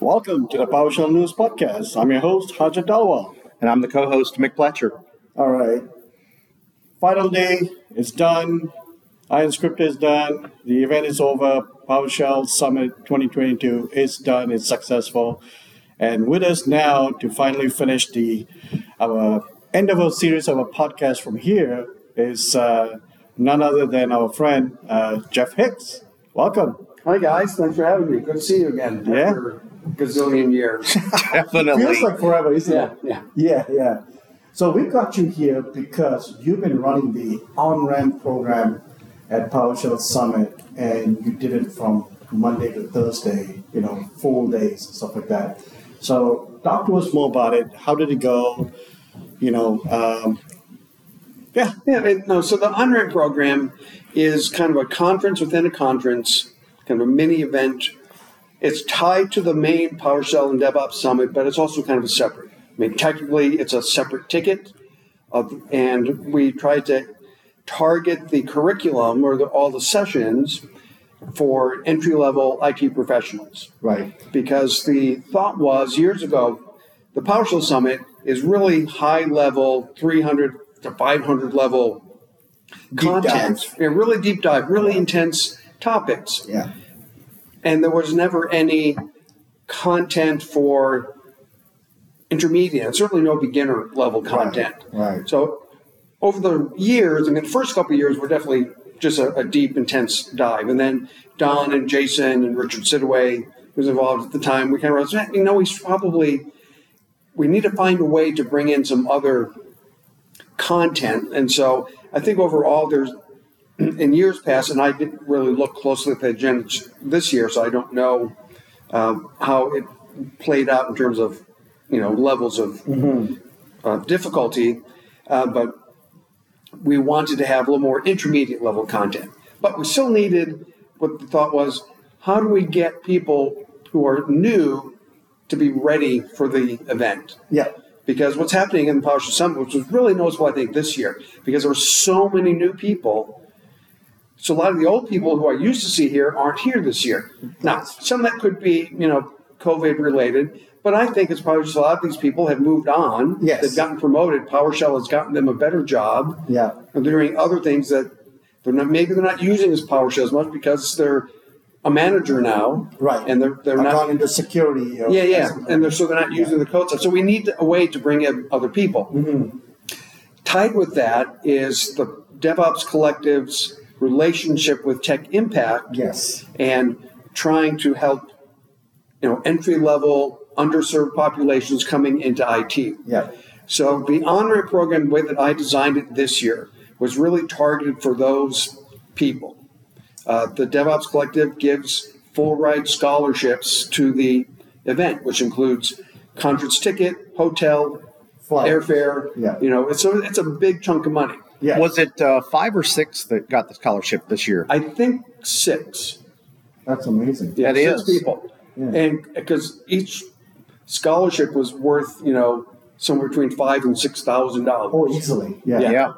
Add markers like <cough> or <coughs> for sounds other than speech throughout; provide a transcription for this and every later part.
Welcome to the PowerShell News Podcast. I'm your host, Hajat Dalwal. And I'm the co host, Mick <laughs> Pletcher. All right. Final day is done. Iron Script is done. The event is over. PowerShell Summit 2022 is done. It's successful. And with us now to finally finish the our end of our series of our podcast from here is uh, none other than our friend uh, Jeff Hicks. Welcome. Hi guys, thanks for having me. Good to see you again. Yeah. After a gazillion years. Definitely. Feels like forever, isn't <laughs> yeah, it? yeah. Yeah, yeah. So we got you here because you've been running the on ramp program at PowerShell Summit, and you did it from Monday to Thursday, you know, full days and stuff like that. So talk to us more about it. How did it go? You know, um, yeah, Yeah, and no, so the on-ramp program is kind of a conference within a conference, kind of a mini event. It's tied to the main PowerShell and DevOps Summit, but it's also kind of a separate. I mean, technically, it's a separate ticket, of, and we try to target the curriculum or the, all the sessions for entry-level IT professionals. right, because the thought was years ago, the PowerShell Summit is really high level, 300 to 500 level content. dive. Yeah, really deep dive, really intense topics. yeah, And there was never any content for intermediate, certainly no beginner level content. right. So over the years, I mean, the first couple of years were definitely just a, a deep, intense dive. And then Don and Jason and Richard Sidaway, who was involved at the time, we kind of realized, you know, we should probably, we need to find a way to bring in some other content. And so I think overall there's, in years past, and I didn't really look closely at the agenda this year, so I don't know uh, how it played out in terms of, you know, levels of uh, difficulty, uh, but we wanted to have a little more intermediate level content. But we still needed what the thought was how do we get people who are new to be ready for the event? Yeah, Because what's happening in the PowerShell Summit, which was really noticeable, I think, this year, because there were so many new people. So a lot of the old people who I used to see here aren't here this year. Now, some of that could be, you know, COVID related, but I think it's probably just a lot of these people have moved on. Yes. They've gotten promoted. PowerShell has gotten them a better job. yeah, And they're doing other things that they're not, maybe they're not using as PowerShell as much because they're a manager now. right. And they're, they're I've not gone into security. or- yeah, yeah, and they're so they're not using the code stuff. So we need a way to bring in other people. Tied with that is the DevOps collective's relationship with Tech Impact yes, and trying to help, you know, entry level underserved populations coming into IT. yeah, So the on-ramp program, the way that I designed it this year, was really targeted for those people. Uh, the DevOps Collective gives full ride scholarships to the event, which includes conference ticket, hotel, Flight. airfare. Yeah. You know, it's a, it's a big chunk of money. yeah. Was it uh, five or six that got the scholarship this year? I think six. That's amazing. Yeah, That six is. people. Yeah. And because each scholarship was worth, you know, somewhere between five and six thousand dollars. Oh, easily. Yeah. yeah.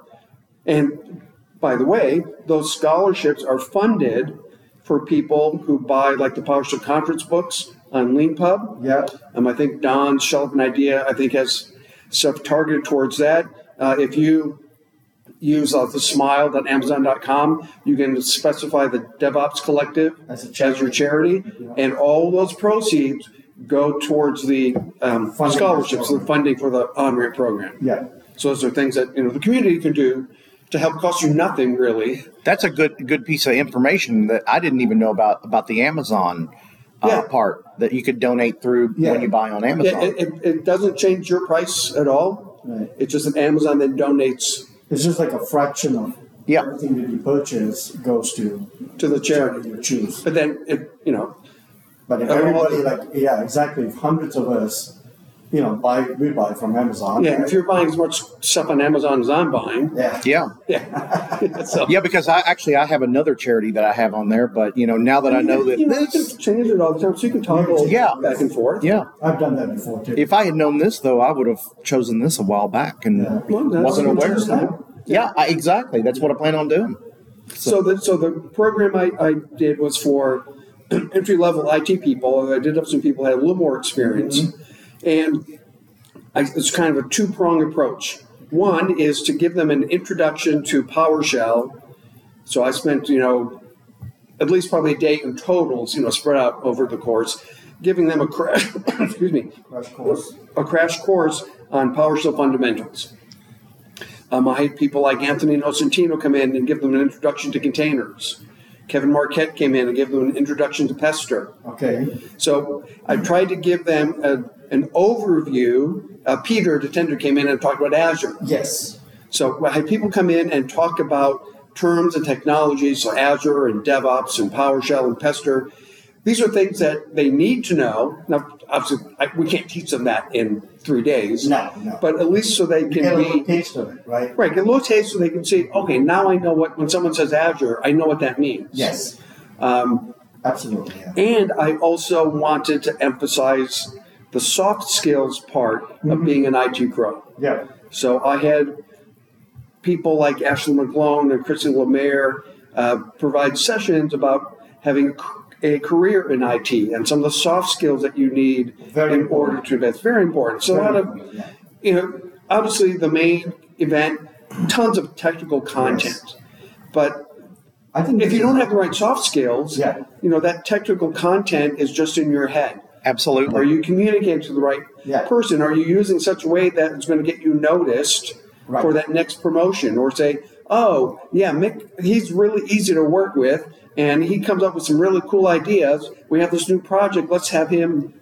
And by the way, those scholarships are funded for people who buy like the PowerShell conference books on LeanPub. Yeah. Um, I think Don Shelton Idea, I think, has stuff targeted towards that. Uh, if you use uh, the smile.amazon.com, you can specify the DevOps Collective As a as your charity, and all those proceeds go towards the um, Funding. scholarships, the funding for the on-ramp program. Yeah. So those are things that you know the community can do to help cost you nothing really. That's a good good piece of information that I didn't even know about about the Amazon uh, Yeah. part that you could donate through Yeah. when you buy on It, Amazon. it, it- it doesn't change your price at all. Right. It's just that Amazon then donates It's just like a fraction of Yeah. everything that you purchase goes to to the charity charity. you choose. But then it, you know, But if Uh, everybody, well- like, yeah, exactly, if hundreds of us, you know, buy, we buy from Amazon. yeah, right? if you're buying as much stuff on Amazon as I'm buying, yeah, yeah. yeah. <laughs> so Yeah, because I actually I have another charity that I have on there, but you know now that I know that you, know, you this, can change it all the time, so you can toggle Yeah. back and forth. yeah, I've done that before too. if I had known this though, I would have chosen this a while back and Yeah. Well, that's wasn't aware. interesting. Yeah, I, exactly. That's what I plan on doing. So the so the program I, I did was for <clears throat> entry level IT people. I did have some people that had a little more experience, and I, it's kind of a two prong approach. One is to give them an introduction to PowerShell. So I spent you know at least probably a day in totals you know spread out over the course, giving them a crash <coughs> excuse me Crash course. a crash course on PowerShell fundamentals. Um, I had people like Anthony Nocentino come in and give them an introduction to containers. Kevin Marquette came in and gave them an introduction to Pester. Okay. So I tried to give them a, an overview. Uh, Peter DeTender came in and talked about Azure. Yes. So I had people come in and talk about terms and technologies, so Azure and DevOps and PowerShell and Pester. These are things that they need to know. Now, obviously, I, we can't teach them that in three days. No, no. But at least so they You get a little can be taste of it, right? right, get a little taste, so they can see. Okay, now I know what when someone says Azure, I know what that means. Yes. Um, Absolutely. Yeah. And I also wanted to emphasize the soft skills part Mm-hmm. of being an IT pro. Yeah. So I had people like Ashley McClone and Kristen Lemaire uh, provide sessions about having a career in IT and some of the soft skills that you need Very in important. order to advance. Very important. So a lot of, Yeah. you know, obviously the main event, tons of technical content. But I think if you don't have the right soft skills, Yeah. you know, that technical content is just in your head. Are Absolutely. you communicating to the right Yeah. person? Are you using such a way that it's going to get you noticed Right. for that next promotion? Or say, oh, yeah, Mick, he's really easy to work with and he comes up with some really cool ideas. We have this new project. Let's have him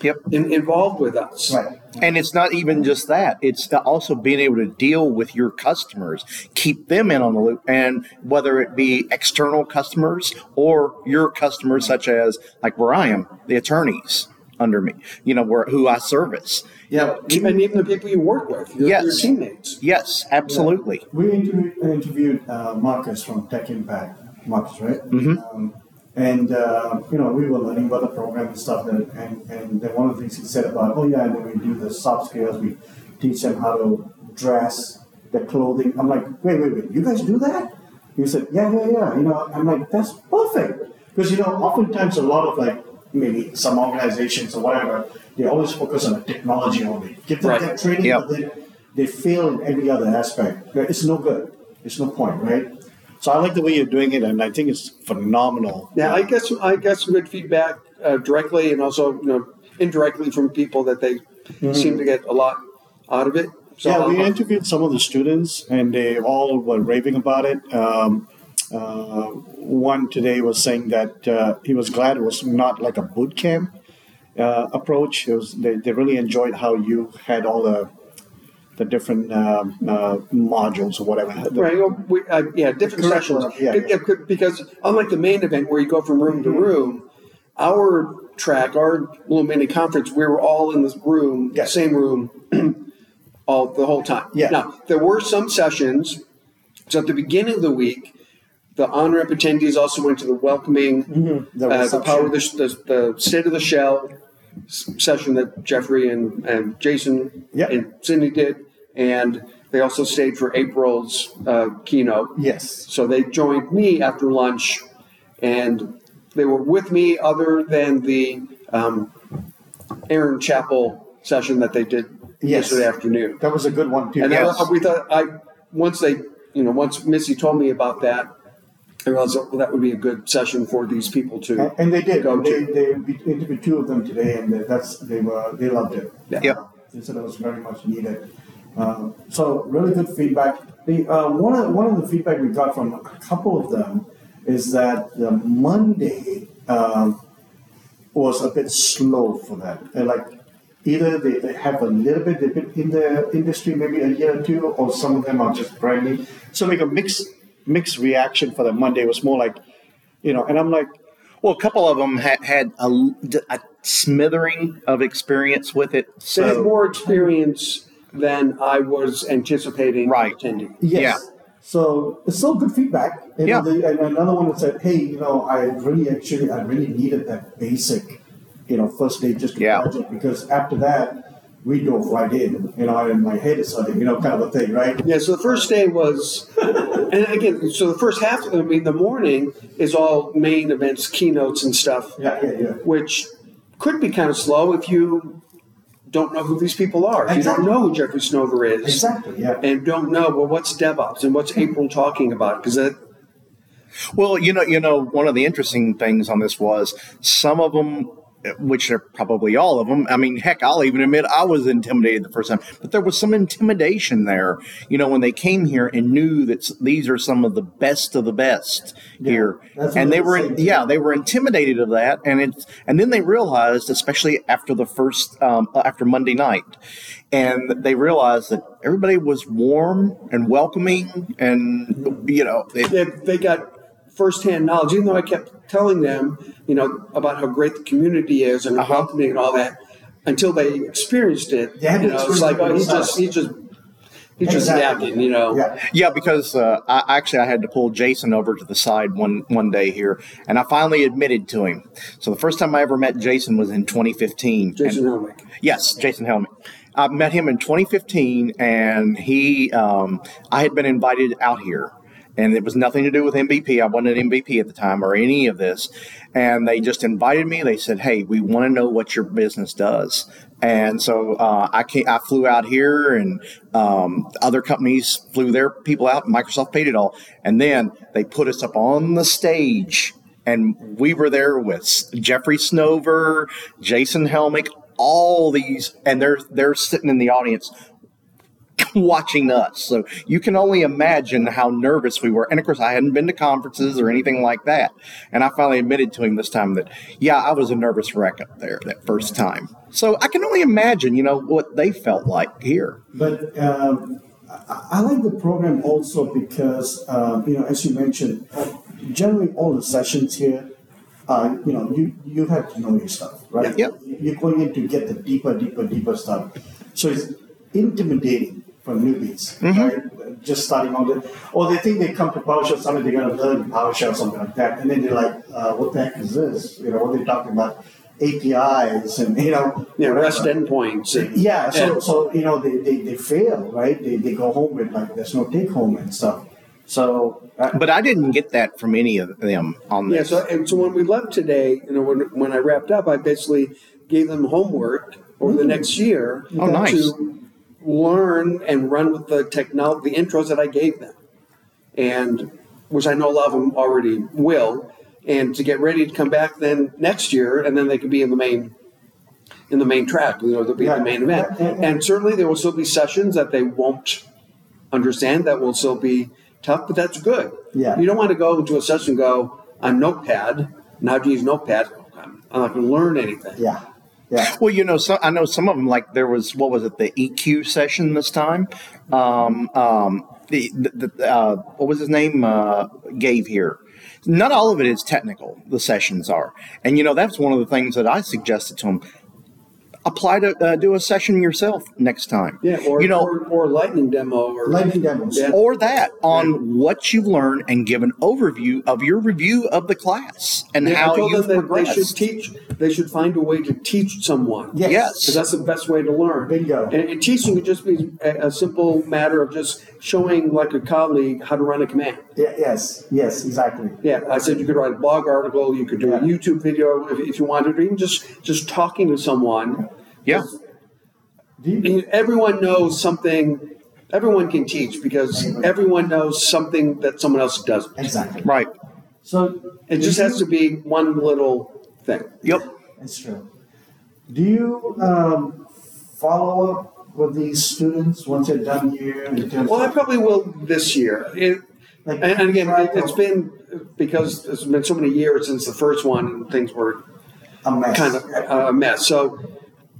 Yep. in, involved with us. Right. And it's not even just that. It's also being able to deal with your customers, keep them in on the loop, and whether it be external customers or your customers, such as like where I am, the attorneys under me, you know, where who I service. Yeah. And even the people you work with, your, your Yes. teammates. Yes, absolutely. We interviewed, interviewed uh, Marcus from Tech Impact, Marcus, right? Um, and uh, you know, we were learning about the program and stuff, and, and and then one of the things he said about, oh yeah, and then we do the soft skills, we teach them how to dress, their clothing. I'm like, wait, wait, wait, you guys do that? He said, yeah, yeah, yeah. You know, I'm like, that's perfect because you know, oftentimes a lot of like maybe some organizations or whatever, they always focus on the technology only. Give them Right. that training, Yep. but they, they fail in every other aspect. It's no good. It's no point, right? So I like the way you're doing it, and I think it's phenomenal. Now, I guess I got some good feedback uh, directly and also you know, indirectly from people that they seem to get a lot out of it. So Mm-hmm. yeah, we I'll- interviewed some of the students, and they all were raving about it. Um, uh, one today was saying that uh, he was glad it was not like a boot camp uh, approach. It was, they, they really enjoyed how you had all the the different um, uh, modules or whatever. Right. Well, we, uh, yeah, different sessions. curriculum, yeah, Mm-hmm. It- it could- Because unlike the main event where you go from room to room, our track, our little mini conference, we were all in this room, Yeah. same room, <clears throat> all the whole time. Yeah. Now there were some sessions. So at the beginning of the week, the on-ramp attendees also went to the welcoming, Mm-hmm. the uh, the power, of the, reception. the, the state of the shell s- session that Jeffrey and, and Jason Yeah. and Cindy did, and they also stayed for April's uh, keynote. Yes. So they joined me after lunch, and they were with me other than the um, Aaron Chapel session that they did Yes. yesterday afternoon. That was a good one too. And Yes. I, we thought I once they you know once Missy told me about that, I realized well, that would be a good session for these people to Uh, and, Uh, and they did. go to. They, they we interviewed two of them today, and they- that's they were they loved it. Yeah. Yep. They said it was very much needed. Um, so really good feedback. The uh, one of one of the feedback we got from a couple of them is that the Monday um, was a bit slow for that. They're like either they, they have a little bit, they've been in the industry maybe a year or two, or some of them are just brand new. So like a mixed mixed reaction for the Monday was more like, you know, and I'm like, Well, a couple of them had, had a, a smithering of experience with it. They had So more experience than I was anticipating Right. attending. Yes. Yeah. So it's still good feedback. And, Yeah. the- and another one that said, hey, you know, I really actually, I really needed that basic, you know, first day just to Yeah. project because after that, we dove right in, you know, and my head is hurting, you know, kind of a thing, right? Yeah, so the first day was, and again, so the first half, I mean, the morning is all main events, keynotes, and stuff, Yeah, yeah, yeah. which could be kind of slow if you don't know who these people are. If you don't know who Jeffrey Snover is, Exactly, yeah. and don't know, well, what's DevOps and what's April talking about? Because that, Well, you know, you know, one of the interesting things on this was some of them, which are probably all of them. I mean, heck, I'll even admit I was intimidated the first time, but there was some intimidation there. You know, when they came here and knew that s- these are some of the best of the best here, that's what and I they was were, saying. yeah, they were intimidated of that, and it's, and then they realized, especially after the first, um, after Monday night, and they realized that everybody was warm and welcoming, and you know, it, they, they got firsthand knowledge, even though I kept telling them, you know, about how great the community is and welcoming and all that, until they experienced it. Uh-huh. They had you to know, it's experience like, it oh, he's themselves. just, he's just, he's just Exactly. yapping, you know. Yeah. Yeah, because uh, I actually I had to pull Jason over to the side one one day here, and I finally admitted to him. So the first time I ever met Jason was in 2015. Jason And- Helmick. Yes, Jason Helmick. I met him in 2015, and he um, I had been invited out here. And it was nothing to do with MVP. I wasn't an MVP at the time or any of this. And they just invited me. They said, "Hey, we want to know what your business does." And so uh, I came, I flew out here, and um, other companies flew their people out. Microsoft paid it all, and then they put us up on the stage, and we were there with Jeffrey Snover, Jason Helmick, all these, and they're they're sitting in the audience <laughs> watching us. So you can only imagine how nervous we were. And of course, I hadn't been to conferences or anything like that. And I finally admitted to him this time that, yeah, I was a nervous wreck up there that first time. So I can only imagine, you know, what they felt like here. But um, I, I like the program also because um, you know, as you mentioned, uh, generally all the sessions here, uh, you know, you you have to know your stuff, right? Yeah. You're going in to get the deeper, deeper, deeper stuff. So it's intimidating for newbies, Mm-hmm. right? Just starting out, there. or they think they come to PowerShell Summit, they're going to learn PowerShell, something like that, and then they're like, uh, "What the heck is this?" You know, what they're talking about. APIs and you know Yeah, REST whatever. endpoints. And, Yeah, so, and- so you know they, they, they fail, right? They, they go home with like there's no take home and stuff. So uh, But I didn't get that from any of them on yeah, this. so, and so when we left today, you know, when, when I wrapped up, I basically gave them homework over the next year Mm. Oh, nice. to learn and run with the technology, the intros that I gave them, and which I know a lot of them already will, and to get ready to come back then next year, and then they could be in the main in the main track, you know, they'll be in the Yeah. main event, Yeah, yeah, yeah. and certainly there will still be sessions that they won't understand that will still be tough, but that's good. Yeah. You don't want to go into a session and go, I'm Notepad, and how do you use Notepad? I'm I'm not going to learn anything. yeah, yeah, Well, you know, so I know some of them. Like there was, what was it, the EQ session this time? Um, um, the, the, the uh, what was his name? Uh, gave here. Not all of it is technical. The sessions are, and you know, that's one of the things that I suggested to him. Apply to uh, do a session yourself next time. Yeah, or, you know, or, or lightning demo or lightning demos. Yeah. or that on what you've learned and give an overview of your review of the class and Yeah, I how told you've them that they progressed. should teach. They should find a way to teach someone. Yes. because that's the best way to learn. Bingo. And, and teaching could just be a, a simple matter of just showing, like a colleague, how to run a command. Yeah, yes, yes, exactly. Yeah, I said you could write a blog article, you could do a Yeah. YouTube video if, if you wanted, or even just just talking to someone. Yeah. Do you- And everyone knows something. Everyone can teach because everyone knows something that someone else doesn't. exactly. Right. So It just has to be one little thing. Yep. That's true. Do you um, follow up with these students once they're done here? In terms Well, I of, probably will this year. It, Like- and, and again, it, it's been because it's been so many years since the first one, and things were a mess. kind of uh, a mess. So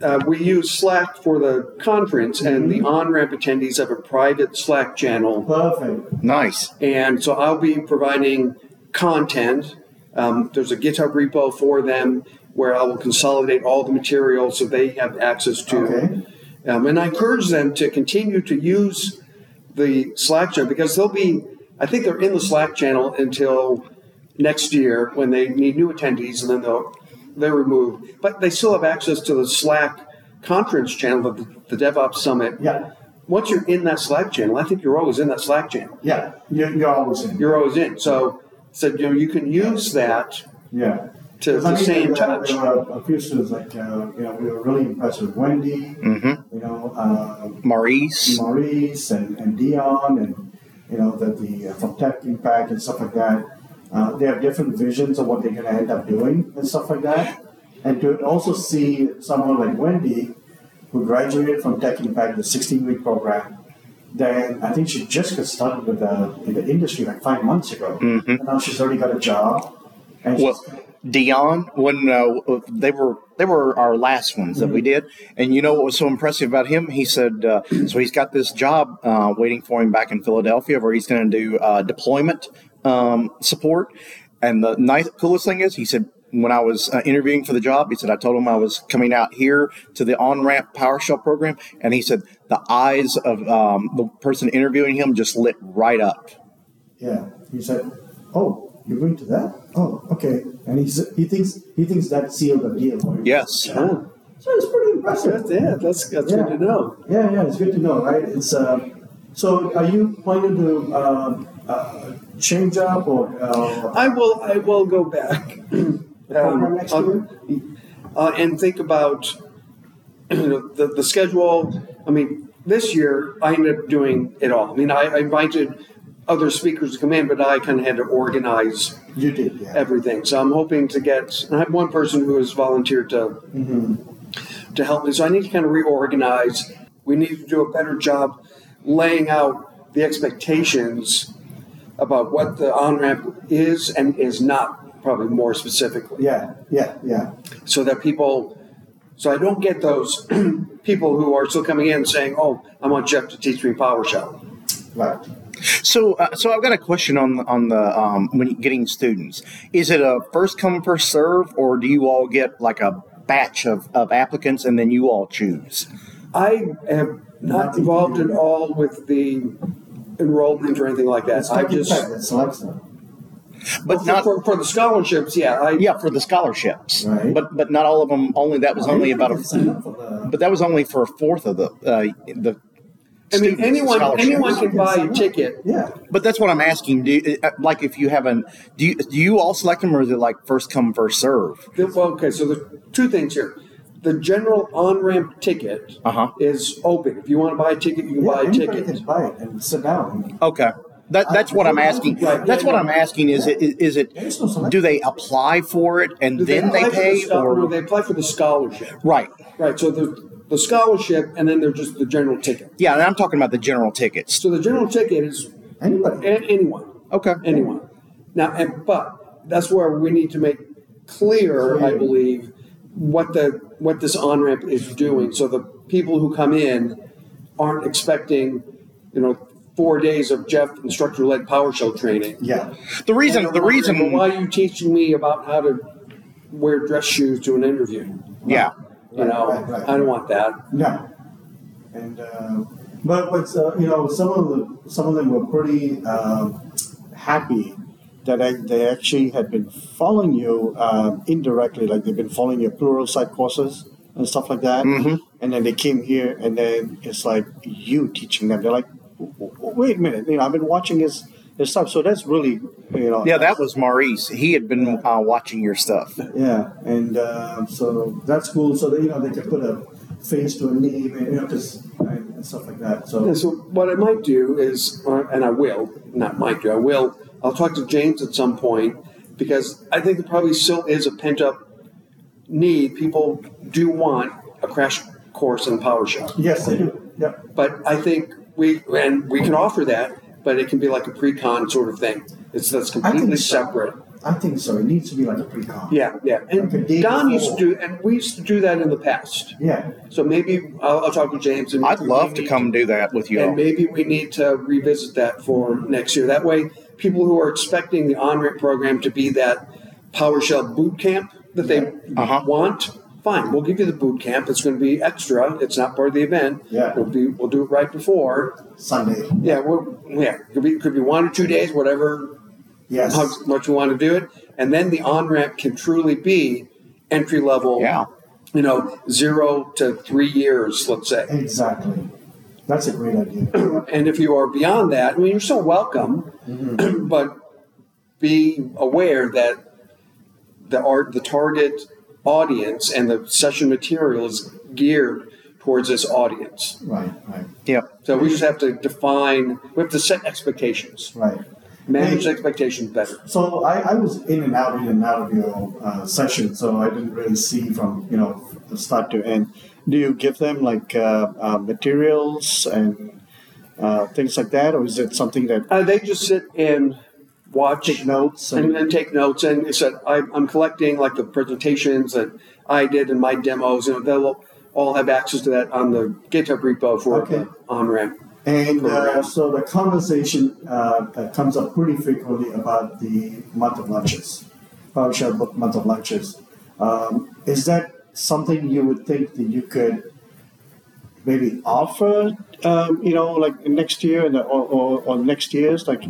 uh, we use Slack for the conference, and the on ramp attendees have a private Slack channel. perfect. Nice. And so I'll be providing content. Um, there's a GitHub repo for them where I will consolidate all the material so they have access to. Okay. Um, and I encourage them to continue to use the Slack channel because they'll be, I think they're in the Slack channel until next year when they need new attendees and then they'll, they're removed. But they still have access to the Slack conference channel, the, the DevOps Summit, Yeah, once you're in that Slack channel, I think you're always in that Slack channel. yeah, you're, you're always in. You're always in. So, so you, know, you can use that Yeah. to I the mean, same there, touch. There were a few students like, uh, you know, we were really impressed with Wendy, Mm-hmm. you know, uh, Maurice. Maurice and, and Dion and you know the, the uh, from Tech Impact and stuff like that. Uh, they have different visions of what they're going to end up doing and stuff like that. And to also see someone like Wendy, who graduated from Tech Impact, the 16 week program, then I think she just got started with the, in the industry like five months ago. Mm-hmm. And now she's already got a job. And she's- Well, Dion, when uh, they were they were our last ones that we did, and you know what was so impressive about him? He said, uh, so he's got this job uh, waiting for him back in Philadelphia, where he's going to do uh, deployment um, support. And the nice, coolest thing is, he said, when I was uh, interviewing for the job, he said, I told him I was coming out here to the on ramp PowerShell program, and he said the eyes of um, the person interviewing him just lit right up. Yeah, he said, "Oh, you're going to that? Oh, okay." And he he thinks he thinks that sealed the deal. for him. Yes. Oh, So it's pretty impressive. that's, yeah, that's, that's good to know. Yeah, yeah, it's good to know, right? It's uh, so are you planning to uh, uh, change up or uh, I will. I will go back um, Program next year? uh, and think about <clears throat> you know, the the schedule. I mean, this year I ended up doing it all. I mean, I, I invited other speakers to come in, but I kind of had to organize you did? Yeah, everything. So I'm hoping to get. I have one person who has volunteered to to help me. So I need to kind of reorganize. We need to do a better job laying out the expectations about what the on ramp is and is not, probably more specifically, yeah, yeah, yeah. so that people. So I don't get those <clears throat> people who are still coming in saying, "Oh, I want Jeff to teach me PowerShell." Right. So, uh, so I've got a question on on the um, when you- getting students. Is it a first come first serve, or do you all get like a batch of, of applicants and then you all choose? I am not involved at all with the enrollment or anything like that. It's I like just impact that selects them. But for, not for, for the scholarships. Yeah, I, yeah for the scholarships. Right. But but not all of them. Only that was only about They sign a. up for the- But that was only for a fourth of the uh, the. I mean, students, anyone scholarships. anyone can buy a ticket. Yeah, But that's what I'm asking. Do uh, like if you haven't, do you, do you all select them, or is it like first come first serve? The- well, okay, so the two things here. The general on ramp ticket Uh-huh. is open. If you want to buy a ticket, you can yeah. buy a anybody ticket. can buy it and sit down. Okay. That, that's what I'm asking. Right. That's what I'm asking. Is it is it There's no selection. do they apply for it and then they, apply for the pay scho- or no, they apply for the scholarship. right? Right. So the the scholarship, and then they're just the general ticket. Yeah, and I'm talking about the general tickets. So the general ticket is Anybody. a- anyone. Okay. anyone. Now, and, but that's where we need to make clear, I believe, what the what this on ramp is doing. So the people who come in aren't expecting, you know, four days of Jeff instructor led PowerShell training. Yeah, The reason the Well, reason why are you teaching me about how to wear dress shoes to an interview? yeah. You know, Right, right, right. I don't want that. no. And uh, but what's uh, you know some of the some of them were pretty um happy that I, they actually had been following you um indirectly, like they've been following your plural site courses and stuff like that. Mm-hmm. And then they came here, and then it's like you teaching them. They're like, "W- w- wait a minute, you know, I've been watching his his stuff, so that's really you know Yeah, that was Maurice. He had been uh, watching your stuff. yeah, and uh, so that's cool. So that, you know they can put a face to a name and you know just and, and stuff like that. So Yeah, so what I might do is, uh, and I will, not might do, I will, I'll talk to James at some point because I think there probably still is a pent up need. People do want a crash course in PowerShell. yes, they do. Yep. But I think we, and we can offer that, but it can be like a pre con sort of thing. It's that's completely so. separate. I think so. It needs to be like a pre-con. Yeah, yeah. Like a And day Don used to before. do, and we used to do that in the past. Yeah. So maybe I'll, I'll talk to James. And I'd love to maybe- come do that with you And all. maybe we need to revisit that for next year. That way, people who are expecting the on-ramp program to be that PowerShell boot camp that they Uh-huh. want, fine, we'll give you the boot camp. It's going to be extra. It's not part of the event. Yeah. We'll be we'll do it right before. Sunday. Yeah, we'll, yeah. Could be could be one or two days, whatever Yes. how much we want to do it, and then the on-ramp can truly be entry level Yeah. you know, zero to three years, let's say. Mm-hmm. Exactly. That's a great idea. And if you are beyond that, I mean, you're still welcome, <clears throat> but be aware that the art, the target audience and the session material is geared towards this audience. right, right, Yep. So we just have to define, we have to set expectations, right. manage Hey, expectations better. So I, I was in and out, in and out of your uh, session, so I didn't really see from you know the start to to end. Do you give them like uh, uh, materials and uh, things like that, or is it something that Uh, they just sit and watch. take notes? and, And, and take notes. And it's that I, I'm collecting like the presentations that I did and my demos. You know, they'll all have access to that on the GitHub repo for Okay. on ramp. And uh, so the conversation uh, that comes up pretty frequently about the month of lunches, PowerShell book month of lunches. Um, is that something you would think that you could maybe offer, um, you know, like next year and or, or, or next year's, like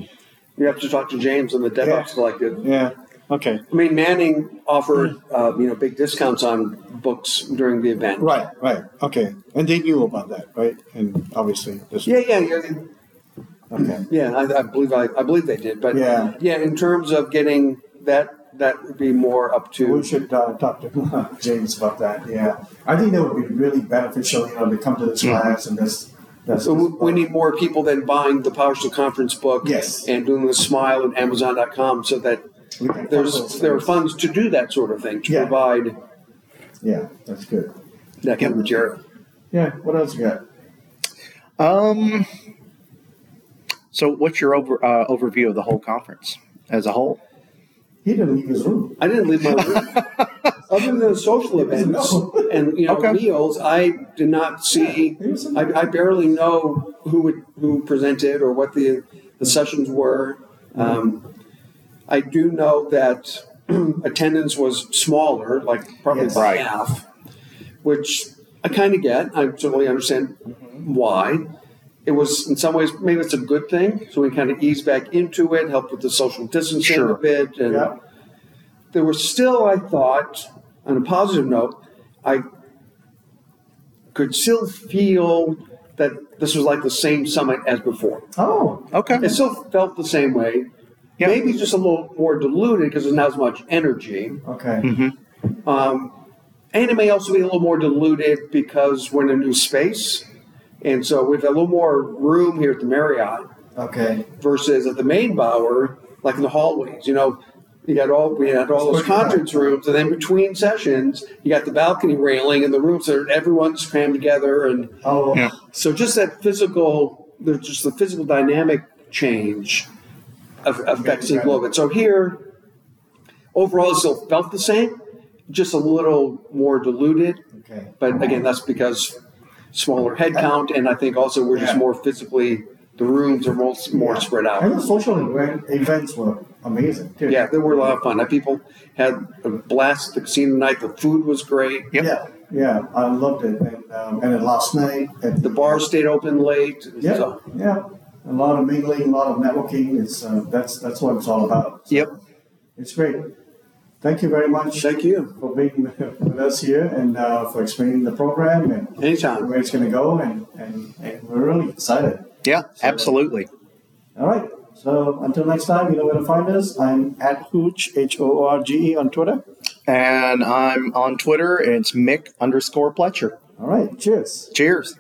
You have to talk to James and the DevOps Yeah. collected. yeah, okay, I mean, Manning offered uh, you know big discounts on books during the event. right, right, okay, and they knew about that, right? And obviously, this, Yeah, yeah, yeah. okay, yeah I, I believe I, I believe they did, but Yeah. yeah. In terms of getting that, that would be more up to We should uh, talk to <laughs> James about that. Yeah, I think that would be really beneficial. You know, to come to this class and this. That's So we, we need more people than buying the PowerShell conference book Yes. and doing the smile at Amazon.com so that We can fund there's those there are things. funds to do that sort of thing to Yeah. provide Yeah, that's good. that kind of material. Yeah, what else you got? Um. So, what's your over, uh, overview of the whole conference as a whole? He didn't leave his room. I didn't leave my room. <laughs> Other than social events No. <laughs> and you know Okay. meals, I did not see. Yeah, he was in I, there. I barely know who would, who presented or what the the sessions were. Um, I do know that <clears throat> attendance was smaller, like probably Yes. by Right. half, which I kind of get. I totally understand Mm-hmm. why. It was in some ways maybe it's a good thing, so we kind of ease back into it, helped with the social distancing Sure. a bit, and Yeah. there were still, I thought, on a positive note, I could still feel that this was like the same summit as before. Oh, Okay. It still felt the same way. Yeah. Maybe just a little more diluted because there's not as much energy. okay. Mm-hmm. Um, and it may also be a little more diluted because we're in a new space. And so we've got a little more room here at the Marriott Okay. versus at the main bower, like in the hallways. You know, you got all we had all those conference rooms, and then between sessions, you got the balcony railing and the rooms that everyone's crammed together, and Oh, Yeah. so just that physical, there's just the physical dynamic change of, affects it a little bit. So here, overall, it still felt the same, just a little more diluted. okay. But again, that's because smaller head count, and I think also we're just Yeah. more physically, the rooms are more, more spread And out. the social event, events were amazing too. Yeah, they were a lot of fun. The people had a blast at the casino night. The food was great. Yep. Yeah, yeah, I loved it. And, um, and then last night, at The bar stayed open late. yeah, So, yeah, a lot of mingling, a lot of networking. It's uh, that's that's what it's all about. Yep. It's great. Thank you very much thank you. for being <laughs> with us here and uh, for explaining the program and Anytime. where it's going to go. And, and, and we're really excited. Yeah. Absolutely. All right. So until next time, you know where to find us. I'm at Hooch H O R G E on Twitter. And I'm on Twitter, and it's Mick underscore Pletcher. all right. Cheers. Cheers.